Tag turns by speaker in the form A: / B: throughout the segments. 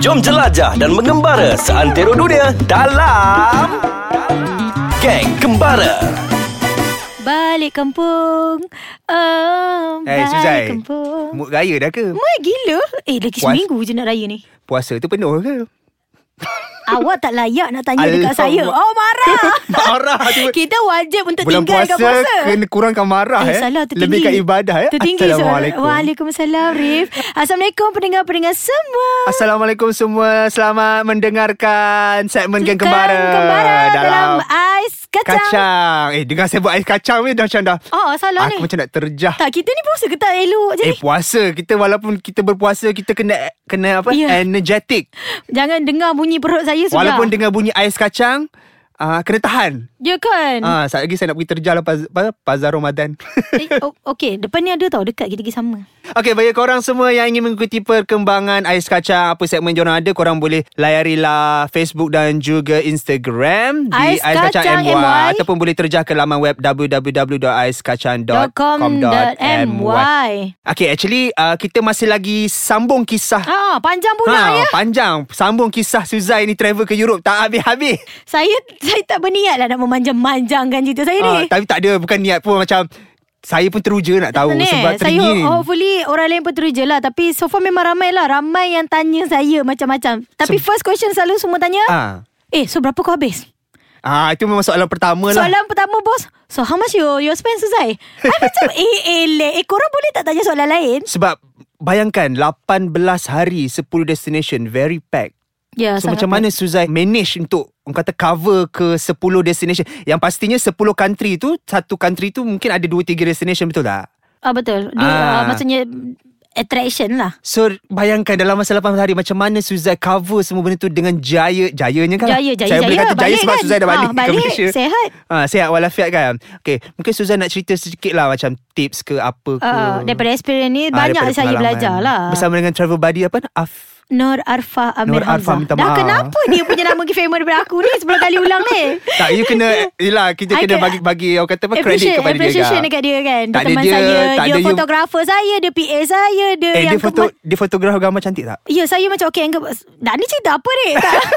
A: Jom jelajah dan mengembara seantero dunia dalam Geng Kembara.
B: Balik kampung. Um,
C: Eh,
B: balik
C: Suzai.
B: kampung.
C: Mood raya dah ke?
B: Mai gila. Eh, lagi
C: Puas.
B: seminggu je nak raya ni.
C: Puasa tu penuh ke?
B: Awak tak layak nak tanya
C: Allah.
B: dekat saya. Oh, marah.
C: Marah tu.
B: Kita wajib untuk
C: Bulan
B: tinggalkan
C: puasa,
B: puasa.
C: kena kurangkan marah
B: Eh,
C: eh.
B: salah tertinggi.
C: Lebih kat ibadah eh.
B: Tertinggi
C: Assalamualaikum.
B: soalan. Waalaikumsalam, Rif. Assalamualaikum pendengar-pendengar semua.
C: Assalamualaikum semua. Selamat mendengarkan segmen Geng Kembara.
B: Kan Kembara dalam ais kacang.
C: kacang. Eh, dengar saya buat ais kacang ni dah macam dah.
B: Oh, salah
C: Aku
B: ni.
C: macam nak terjah.
B: Tak, kita ni puasa ke tak elok je
C: Eh
B: ni?
C: puasa kita walaupun kita berpuasa kita kena kena apa
B: Ya.
C: energetic.
B: Jangan dengar bunyi perut saya sudah.
C: Walaupun dengar bunyi ais kacang uh, kena tahan.
B: Ya kan?
C: Ah, saat lagi saya nak pergi terjah lah paz, paz, Pazar Ramadan.
B: Eh, o- Okey, depan ni ada tau dekat kita pergi sama.
C: Okey, bagi korang semua yang ingin mengikuti perkembangan Ais Kacang, apa segmen diorang ada, korang boleh layari lah Facebook dan juga Instagram
B: Ais
C: di Ais
B: Kacang
C: Kacang, MY,
B: MY.
C: ataupun boleh terjah ke laman web www.aiskacang.com.my.
B: .com.my
C: Okey, actually uh, kita masih lagi sambung kisah
B: Ah, panjang pula ha, ya.
C: panjang Sambung kisah Suzai ni travel ke Europe Tak habis-habis
B: Saya saya tak berniat lah nak memanjang-manjangkan cerita saya
C: Ah,
B: ni.
C: Tapi tak ada Bukan niat pun macam Saya pun teruja nak tahu
B: Ni,
C: Sebab
B: eh? saya
C: teringin
B: hopefully orang lain pun teruja lah Tapi so far memang ramai lah Ramai yang tanya saya macam-macam Tapi
C: Seb-
B: first question selalu semua tanya
C: Ah,
B: Eh so berapa kau habis?
C: ah Itu memang soalan pertama lah
B: Soalan pertama bos So how much you, you spend Suzai? I macam eh elek Eh korang boleh tak tanya soalan lain?
C: Sebab Bayangkan 18 hari 10 destination Very packed
B: Ya
C: So macam mana Suzai manage untuk Orang kata cover ke 10 destination Yang pastinya 10 country tu Satu country tu mungkin ada 2-3 destination betul tak?
B: Ah betul Dia, ah.
C: Ah.
B: Maksudnya attraction lah
C: So bayangkan dalam masa 8 hari Macam mana Suzai cover semua benda tu Dengan jaya Jayanya kan
B: Jaya, jaya,
C: Saya
B: jaya.
C: boleh kata jaya
B: Balik
C: sebab
B: kan?
C: Suzai dah
B: Ah,
C: balik,
B: balik,
C: ke Malaysia
B: sehat.
C: ha, Sehat walafiat kan Okay Mungkin Suzai nak cerita sedikit lah Macam tips ke apa ke
B: uh, Daripada experience ni
C: Hmm. Ah,
B: Banyak
C: daripada
B: saya
C: pengalaman.
B: belajar lah
C: Bersama dengan travel buddy apa Af
B: Nur Arfa Amir
C: Nur
B: Hamzah.
C: Arfa, minta
B: Dah
C: maaf.
B: kenapa dia punya nama Gifamer daripada aku ni 10 kali ulang ni?
C: tak, you kena Yelah, kita
B: I
C: kena
B: can-
C: bagi bagi Orang kata apa,
B: Appreciate-
C: kredit kepada dia
B: appreciation
C: juga. Eh,
B: dekat dia kan dia
C: Tak ada
B: Teman
C: dia,
B: saya
C: tak
B: Dia
C: ada you-
B: fotografer saya Dia PA saya Dia
C: Eh,
B: yang
C: dia, foto,
B: keempat-
C: dia fotograf gambar cantik tak?
B: Ya saya macam Okay anggap Dah ni cerita apa ni Tak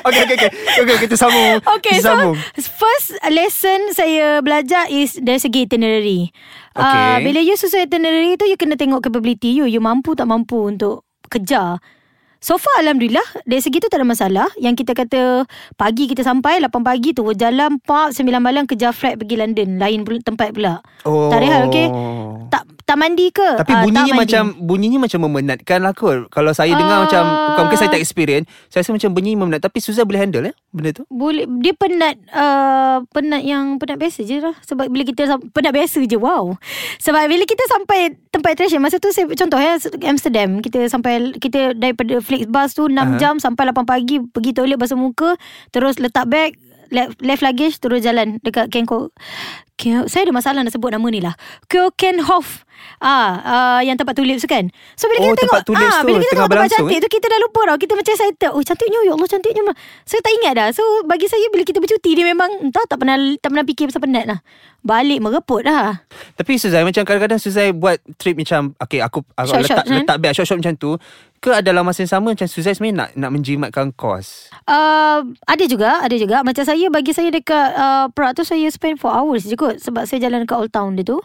C: Okay, okay, okay. okay kita sambung.
B: Okay so
C: kita sambung.
B: First lesson Saya belajar Is dari segi itinerary Ah,
C: Okay.
B: Bila you susun itinerary tu You kena tengok capability you You mampu tak mampu Untuk kejar So far Alhamdulillah Dari segi tu tak ada masalah Yang kita kata Pagi kita sampai 8 pagi tu Jalan park 9 malam Kejar flight pergi London Lain pula, tempat pula
C: Oh.
B: Tak rehat okay tak, tak mandi ke
C: Tapi
B: Ah, tak
C: bunyinya
B: mandi.
C: macam bunyinya macam memenatkan lah kot. Kalau saya dengar
B: Ah.
C: macam bukan mungkin saya tak experience, saya rasa macam bunyi memenat tapi Suzai boleh handle eh benda tu.
B: boleh dia penat uh, penat yang penat biasa je lah sebab bila kita sam- penat biasa je wow sebab bila kita sampai tempat attraction masa tu saya contoh eh Amsterdam kita sampai kita daripada Flixbus tu 6 uh-huh. jam sampai 8 pagi pergi toilet basuh muka terus letak beg left, left luggage terus jalan dekat Kenko Kyo, saya ada masalah nak sebut nama ni lah Kyokenhof ah uh, yang tempat tulips tu kan so bila
C: Oh,
B: kita tengok
C: tempat tulips
B: ah bila kita
C: tu, tengah
B: tengok tempat
C: berlangsung, eh?
B: cantik tu kita dah lupa tau Kita macam excited Oh cantiknya Ya Allah cantiknya Saya tak ingat dah So bagi saya Bila kita bercuti Dia memang Entah tak pernah Tak pernah fikir pasal penat lah Balik mereput lah. dah
C: Tapi Suzai macam kadang-kadang Suzai buat trip macam okay aku, aku
B: Short, short,
C: letak
B: kan?
C: letak bag short short macam tu ke dalam masa yang sama macam Suzai sebenarnya nak nak menjimatkan kos.
B: uh, Ada juga Ada juga Macam saya Bagi saya dekat uh, Perak tu Saya spend 4 hours je kot Sebab saya jalan dekat Old Town dia tu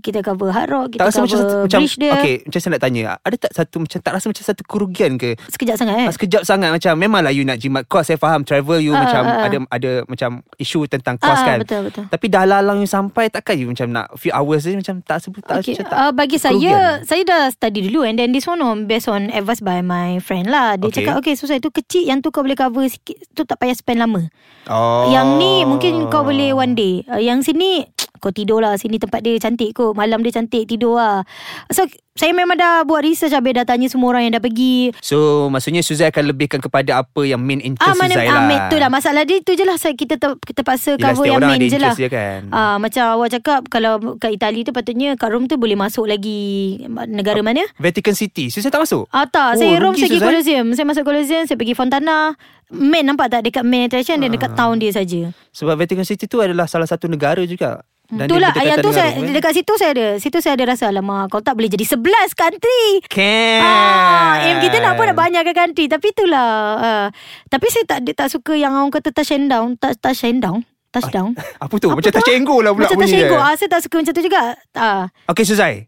B: Kita cover Hard Rock Kita
C: tak rasa
B: cover
C: macam macam
B: Bridge dia
C: okay, macam saya nak tanya, ada tak satu macam tak rasa macam satu kerugian ke?
B: Sekejap sangat eh
C: Eh. Sekejap sangat macam memanglah you nak jimat kos saya faham travel you
B: Ah,
C: macam
B: ah, ah.
C: ada ada macam isu tentang
B: Ah,
C: kos
B: ah,
C: kan.
B: betul, betul.
C: Tapi dah lalang you sampai takkan you macam nak few hours je macam tak sebut tak
B: Okay.
C: macam tak.
B: Uh, bagi saya
C: kerugian.
B: saya dah study dulu and then this one on based on advice by my friend lah. Dia
C: Okay.
B: cakap okay susah tu kecil yang tu kau boleh cover sikit tu tak payah spend lama.
C: oh.
B: Yang ni mungkin kau boleh one day. Uh, yang sini kau tidur lah. Sini tempat dia cantik kot. Malam dia cantik tidur lah. So saya memang dah buat research habis dah tanya semua orang yang dah pergi.
C: So maksudnya Suzai akan lebihkan kepada apa yang main interest
B: Ah mana
C: Suzai
B: ah
C: lah.
B: met- tu lah masalah dia tu je lah saya kita ter, terpaksa
C: Yelah,
B: cover
C: setiap
B: yang
C: orang
B: main
C: ada
B: je lah.
C: interest dia kan.
B: Ah macam awak cakap kalau kat Itali tu patutnya kat Rome tu boleh masuk lagi negara mana?
C: Vatican City Suzai tak masuk?
B: Ah tak,
C: Ah. Oh,
B: saya Rome
C: rugi,
B: saya pergi
C: Suzai.
B: Colosseum. Saya masuk Colosseum, saya pergi Fontana.
C: Ah.
B: Main nampak tak dekat main attraction dia dekat town dia saja.
C: Sebab Vatican City tu adalah salah satu negara juga.
B: Hmm.
C: Dan
B: Itulah
C: dia berdekatan
B: yang tu
C: dengan
B: saya
C: Rome, eh?
B: dekat situ saya ada. Situ saya ada rasa alamak kau tak boleh jadi 11 country.
C: Can
B: Ah, aim kita nak pun nak banyakkan country tapi itulah. Uh, tapi saya tak tak suka yang orang kata touch and down, touch touch and down, touchdown.
C: Apa tu?
B: Apa
C: macam
B: tu,
C: tak cenggu lah pula
B: Macam touch
C: bunyi
B: and
C: dia.
B: go. Ah, saya tak suka macam tu juga. Ah.
C: Okay Suzai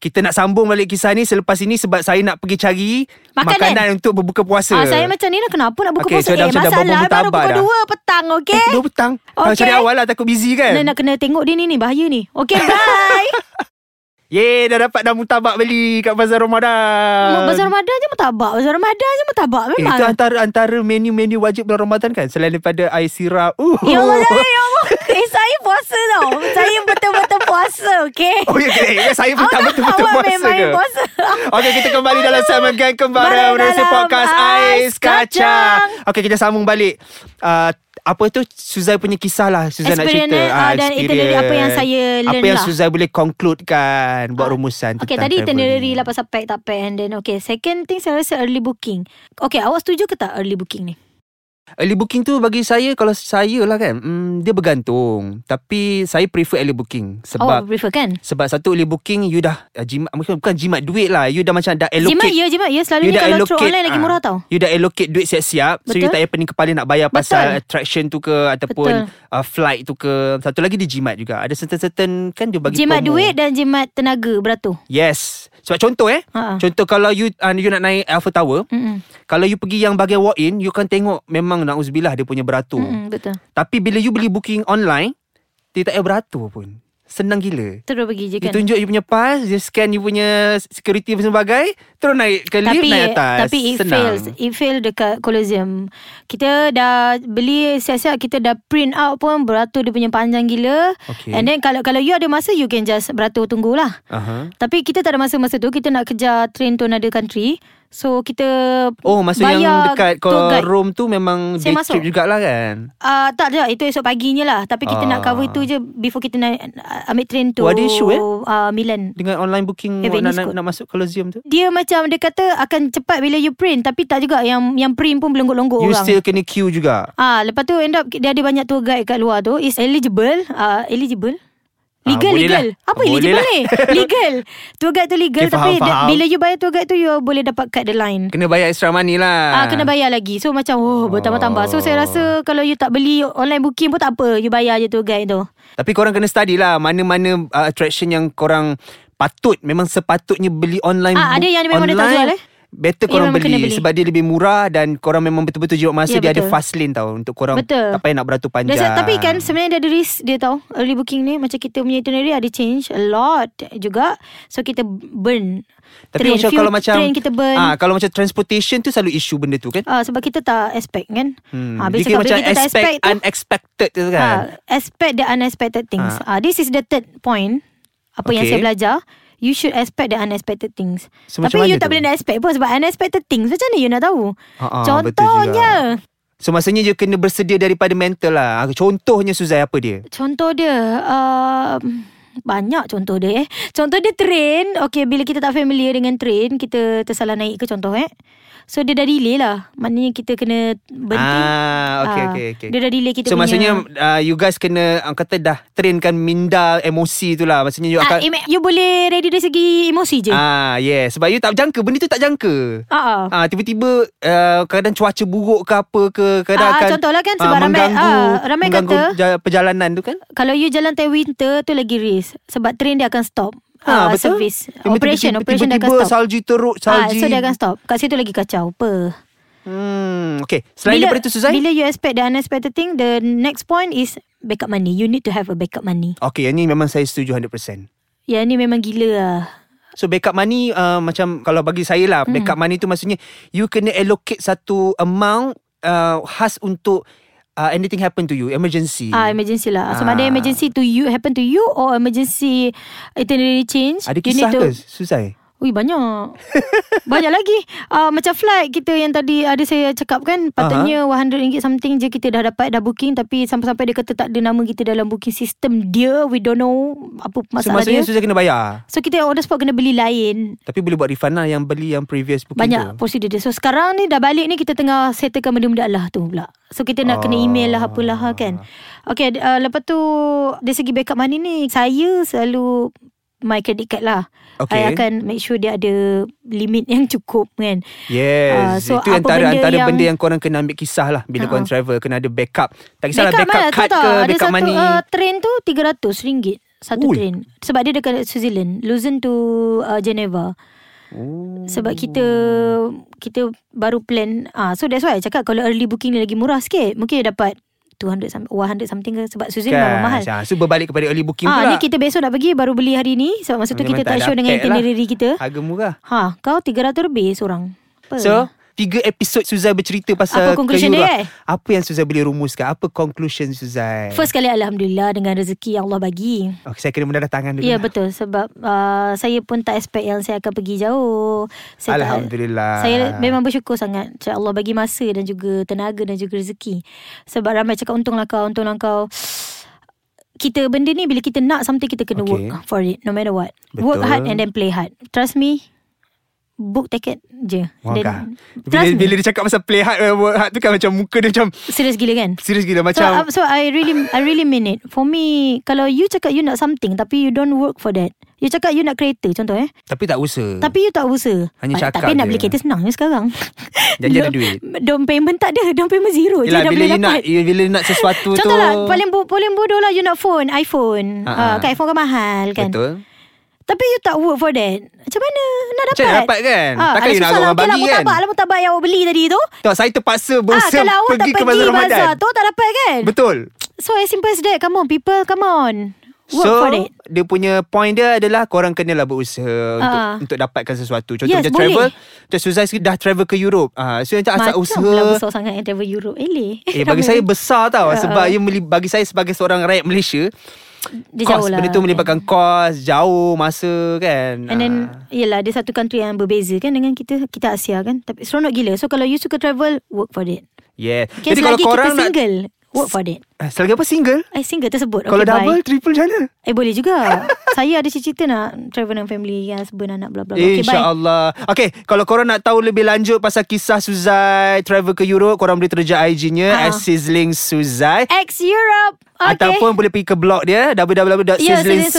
C: Kita nak sambung balik kisah ni Selepas ini sebab saya nak pergi cari
B: Makanan.
C: Makanan untuk berbuka puasa
B: Ah, saya macam ni lah kenapa nak buka
C: Okey,
B: puasa
C: so
B: eh,
C: dah macam dah
B: masalah
C: berbuka
B: baru
C: tabak
B: pukul
C: dah.
B: 2 petang okey.
C: Eh, dua petang Kalau
B: Okey.
C: cari awal lah takut busy
B: Nak
C: kan
B: nak kena tengok dia ni ni bahaya ni. Okey bye.
C: Yeay dah dapat dah mutabak beli Kat Bazar Ramadan
B: Bazar Ramadan je mutabak. Bazar Ramadan je mutabak
C: Ah. Eh,
B: memang. lah.
C: itu antara antara menu-menu wajib bulan Ramadan kan Selain daripada air sirap uh.
B: Ya Allah, saya, ya Allah. Eh, saya puasa tau. Saya betul-betul puasa, okay?
C: Oh ya yeah, Saya pun tak betul-betul
B: awak
C: puasa
B: memang
C: ke
B: puasa.
C: Okey kita kembali dalam Salmon Gang
B: Barang
C: Kembara Menerusi
B: dalam
C: podcast
B: Ais
C: Ais Kacang
B: Kacang.
C: Okey kita sambung balik uh, Apa tu Suzai punya kisah lah Suzai nak
B: Experience,
C: cerita
B: eh, ah, dan itinerary apa yang saya learn
C: Apa yang
B: lah.
C: Suzai boleh conclude kan Buat
B: Ah.
C: rumusan
B: Okay,
C: tentang
B: tadi
C: travel
B: itinerary
C: ni.
B: lah pasal pack tak pack. And then, okay. Second thing, saya rasa early booking. Okay, awak setuju ke tak early booking ni?
C: Early booking tu bagi saya Kalau saya lah kan hmm, Dia bergantung Tapi saya prefer early booking
B: Awak
C: Sebab
B: prefer kan?
C: Sebab satu early booking You dah uh, jimat, Bukan bukan jimat duit lah You dah macam dah allocate
B: Jimat, ya jimat. Ya,
C: You
B: selalunya
C: dah
B: kalau through
C: allocate
B: online lagi
C: ah,
B: murah tau.
C: You dah allocate duit siap-siap So
B: Betul.
C: you tak payah pening kepala nak bayar
B: Betul.
C: Pasal attraction tu ke Ataupun
B: Betul.
C: uh, flight tu ke Satu lagi dia jimat juga Ada certain-certain Kan dia bagi
B: Jimat
C: promo
B: duit dan jimat tenaga beratur.
C: Yes Sebab contoh eh
B: Ha-ha.
C: Contoh kalau you uh, You nak naik Alpha Tower
B: Mm-mm.
C: Kalau you pergi yang bagian walk-in You kan tengok Memang na'uzubillah Dia punya beratur
B: Mm-mm, betul.
C: Tapi bila you beli booking online Dia tak payah beratur pun Senang gila
B: Terus pergi je
C: Dia
B: kan?
C: tunjuk you punya pass Dia scan you punya Security dan sebagainya Terus naik ke lift
B: tapi
C: Naik atas
B: tapi it
C: Senang.
B: fails it fail dekat Colosseum kita dah beli siap-siap kita dah print out pun beratur dia punya panjang gila
C: Okay.
B: and then kalau kalau you ada masa you can just beratur tunggulah
C: Aha.
B: tapi kita tak ada masa masa tu kita nak kejar train to another country so kita
C: Oh masa
B: bayar
C: yang dekat
B: tour
C: Kuala
B: guide.
C: Rome tu memang
B: Saya
C: day
B: masuk.
C: trip jugalah kan
B: Ah uh, tak ada itu esok paginya lah tapi kita
C: Ah.
B: nak cover itu je before kita naik uh, ambil train to
C: Oh, ada issue, eh?
B: uh, Milan
C: Dengan online booking
B: Eh,
C: nak,
B: Venice
C: nak,
B: kot.
C: nak masuk Colosseum tu
B: dia macam dia kata akan cepat bila you print tapi tak juga yang yang print pun belonggok-longgok
C: You
B: orang
C: still kena queue juga
B: Ah, lepas tu end up dia ada banyak tour guide kat luar tu is eligible, ah eligible.
C: Ah,
B: Legal
C: boleh
B: legal.
C: lah.
B: Apa
C: Boleh
B: eligible
C: lah.
B: ni? Legal. Tour guide tu legal
C: Okay,
B: tapi
C: faham,
B: dia-
C: faham.
B: bila you bayar tour guide tu you boleh dapat cut the line.
C: Kena bayar extra money lah
B: Ah kena bayar lagi. So macam oh bertambah-tambah. So
C: Oh.
B: saya rasa kalau you tak beli online booking pun tak apa. You bayar je tour guide tu.
C: Tapi korang kena study lah Mana-mana uh, attraction yang korang Patut Memang sepatutnya beli online
B: Ah, ada
C: book-
B: yang dia memang dia tak
C: online,
B: jual, eh?
C: Better
B: Ya,
C: korang
B: memang kena
C: beli,
B: beli.
C: Sebab dia lebih murah Dan korang memang betul-betul jimat masa
B: Ya,
C: Dia ada
B: betul.
C: fast lane tau Untuk korang
B: Betul.
C: Tak payah nak beratur
B: Dan
C: panjang
B: se- tapi kan sebenarnya dia ada risk dia tau Early booking ni Macam kita punya itinerary ada change a lot juga So kita burn
C: Tapi macam
B: Fuel
C: kalau macam
B: Train kita burn
C: ah, Kalau macam transportation tu Selalu isu benda tu kan
B: Ah, sebab kita tak expect kan
C: Hmm.
B: ah, Bila
C: Dia
B: cakap bila
C: kira
B: kita tak
C: expect,
B: expect tu
C: unexpected tu kan.
B: ah, Expect the unexpected things ah. This is the third point Apa yang saya
C: Okay.
B: belajar You should expect the unexpected things
C: So, macam
B: Tapi you
C: mana
B: tak
C: tu?
B: boleh nak expect pun Sebab unexpected things Macam mana you nak tahu
C: Ah, ah, betul
B: Contohnya
C: So maksudnya dia kena bersedia daripada mental lah. Ah, Contohnya Suzai apa dia?
B: Contoh dia um, banyak contoh dia eh. Contoh dia train. Okay, bila kita tak familiar dengan train, kita tersalah naik ke contoh eh. So dia dah delay lah. Maknanya kita kena berhenti.
C: Ah, okay,
B: Ah,
C: okay, okay.
B: Dia dah delay kita
C: so
B: punya.
C: maksudnya uh, you guys kena orang kata dah trainkan minda emosi tu lah. Maksudnya you
B: ah,
C: akan
B: ima- you boleh ready dari segi emosi je. Ah,
C: Ah, yeah. Sebab you tak jangka benda tu tak jangka.
B: ah.
C: Ah, tiba-tiba uh, kadang cuaca buruk ke apa ke kadang
B: Ah, ah,
C: akan
B: contohlah kan,
C: ah,
B: sebab ramai-
C: mengganggu,
B: ah, ramai
C: mengganggu
B: kata-
C: ja- perjalanan tu kan.
B: Kalau you jalan time winter tu lagi risk sebab train dia akan stop. Ah,
C: Ah, betul.
B: service
C: Tiba-tiba-
B: operation operation dia akan
C: tiba-tiba
B: stop.
C: salji teruk
B: Ah,
C: salji.
B: so dia akan stop. Kat situ lagi kacau. Apa?
C: Hmm, okay. Selain
B: bila,
C: daripada tu Suzai,
B: Bila you expect the unexpected thing The next point is Backup money You need to have a backup money
C: Okay, yang ni memang saya setuju 100%.
B: Ya ni memang gila lah
C: So backup money uh, macam kalau bagi saya lah, hmm. backup money tu maksudnya you kena allocate satu amount uh, khas untuk uh, anything happen to you, emergency.
B: Ah emergency lah Sama ada
C: Hmm. Ah.
B: emergency to you Happen to you Or emergency Itinerary change
C: Ada
B: you need
C: kisah
B: to,
C: ke Suzai?
B: Ui banyak Banyak lagi uh, Macam flight kita yang tadi Ada saya cakap kan Patutnya RM100 something je Kita dah dapat Dah booking Tapi sampai-sampai dia kata Tak ada nama kita dalam booking system Dia We don't know Apa
C: So
B: masalah
C: maksudnya
B: dia
C: Sudah kena bayar
B: So kita on the spot Kena beli lain
C: Tapi boleh buat refund lah Yang beli yang previous booking
B: Banyak
C: tu
B: prosedur dia So sekarang ni dah balik ni Kita tengah settlekan benda-benda lah tu pula So kita nak kena email lah apalah lah kan Okay uh, lepas tu Dari segi backup money ni Saya selalu My credit card lah I
C: Okay.
B: akan make sure dia ada Limit yang cukup kan Ah,
C: Yes
B: so
C: so
B: apa
C: Itu antara
B: benda
C: benda antara
B: yang-
C: yang... benda yang korang kena ambil kisah lah Bila korang travel Kena ada backup Tak kisahlah backup,
B: mana?
C: backup
B: lah, Tu
C: card
B: tau,
C: ke
B: eh? Ada
C: Backup
B: satu
C: money
B: uh, train tu RM300 Satu
C: Ui.
B: train Sebab dia dekat Switzerland Luzern to uh, Geneva
C: Oh.
B: Sebab kita Kita baru plan ah So that's why I cakap Kalau early booking ni lagi murah sikit Mungkin dia dapat 200 something 100 something ke Sebab Suzanne memang mahal
C: Ah, So berbalik kepada early booking lah.
B: Ah,
C: pula
B: ni kita besok nak pergi Baru beli hari ni Sebab masa tu
C: Memang
B: kita tak
C: ada
B: sure Dengan
C: pack lah.
B: itinerary kita
C: Harga murah
B: Ha, kau 300 lebih seorang Apa?
C: So Tiga episod Suzai bercerita pasal
B: Apa conclusion dia, eh?
C: Kelura. Apa yang Suzai boleh rumuskan Apa conclusion Suzai
B: First kali Alhamdulillah Dengan rezeki yang Allah bagi
C: okay, Saya kena mendadak tangan dulu
B: Ya
C: lah.
B: betul sebab uh, saya pun tak expect yang saya akan pergi jauh. Saya
C: Alhamdulillah.
B: Tak, saya memang bersyukur sangat. Macam Allah bagi masa dan juga tenaga dan juga rezeki. Sebab ramai cakap untunglah kau, untunglah kau. Kita benda ni bila kita nak something kita kena okay.
C: Okay.
B: work for it no matter what. Work
C: Betul.
B: hard and then play hard. Trust me. Book ticket je.
C: Wah,
B: Then-
C: kah. bila,
B: trust
C: bila
B: me.
C: dia cakap pasal play hard uh, Work hard tu kan Macam muka dia macam
B: Serius gila kan?
C: Serius gila
B: So, uh,
C: Macam
B: so I really I really mean it. For me, kalau you cakap you nak something tapi you don't work for that. You cakap you nak kereta contoh eh.
C: Tapi tak usaha
B: Tapi you tak usaha
C: Hanya
B: Ah,
C: cakap
B: Tapi nak
C: je.
B: beli kereta senang je sekarang
C: Janji ada
B: Down-
C: duit.
B: Down payment tak ada Down payment zero je
C: Yelah,
B: dah
C: bila
B: boleh
C: you nak
B: dapat
C: you, Bila you nak sesuatu tu
B: Contoh lah paling, bo- paling bodoh lah You nak phone iPhone
C: Ha,
B: uh,
C: ha.
B: Kat iPhone kan mahal kan
C: Betul
B: Tapi you tak work for that Macam mana nak dapat
C: Macam mana dapat kan? Takkan
B: ada
C: you nak
B: susah
C: orang
B: lah. Okay
C: bagi
B: lah,
C: kan?
B: Mutabak lah mutabak yang awak beli tadi tu
C: Tak saya terpaksa
B: Ah,
C: Berusaha
B: kalau awak tak
C: pergi ke
B: pergi
C: bazar Ramadan
B: bazar tu tak dapat kan?
C: Betul
B: So as simple as that. Come on people, come on. Work
C: so,
B: for it.
C: dia punya point dia adalah korang kenalah berusaha untuk,
B: Ah.
C: untuk dapatkan sesuatu. Contoh
B: Yes,
C: macam
B: boleh.
C: travel, macam Suzai sendiri dah travel ke Europe. Ah, so macam asal
B: Macam
C: usaha.
B: pula besar sangat yang travel Europe. Eleh.
C: Eh bagi saya besar tau
B: Ah,
C: sebab
B: ah.
C: ia meli- bagi saya sebagai seorang rakyat Malaysia,
B: Dia
C: kos
B: jauh lah,
C: benda tu melibatkan kos, jauh, masa kan.
B: And then Yelah dia satu country yang berbeza kan Dengan kita Kita Asia kan Tapi seronok gila So kalau you suka travel Work for it
C: yeah.
B: okay,
C: Jadi kalau
B: Selagi kita
C: korang nak
B: single Work for it
C: Ah, Selagi apa single?
B: I single tersebut
C: Kalau
B: okay, bye.
C: double, triple macam mana?
B: Eh boleh juga Saya ada cita-cita nak Travel dengan family Dengan husband anak bla bla bla. Okay bye
C: InsyaAllah Okay Kalau korang nak tahu lebih lanjut Pasal kisah Suzai Travel ke Europe Korang boleh terjah IG-nya
B: Ah.
C: uh. At Sizzling Suzai
B: Ex Europe Okay
C: Ataupun boleh pergi ke blog dia www.sizzlingsuzai.com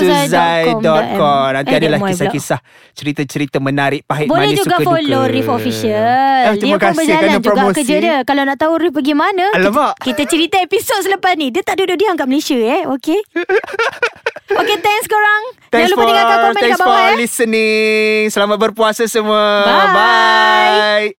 B: sizzlingsuzai.com.
C: Nanti
B: Eh,
C: adalah
B: my blog.
C: kisah-kisah Cerita-cerita menarik Pahit
B: boleh
C: manis
B: juga
C: suka
B: follow
C: duka
B: Reef Official
C: eh,
B: Dia
C: Terima
B: pun
C: kasih
B: berjalan
C: kerana
B: juga
C: promosi.
B: kerja dia Kalau nak tahu Reef pergi mana
C: Alamak.
B: kita, kita cerita episod selepas ni Dia tak duduk diam kat Malaysia eh Okay Okay thanks korang Jangan
C: Thanks
B: lupa
C: for,
B: tinggalkan komen eh.
C: thanks
B: kat bawah
C: for
B: eh
C: listening Selamat berpuasa semua
B: Bye.
C: Bye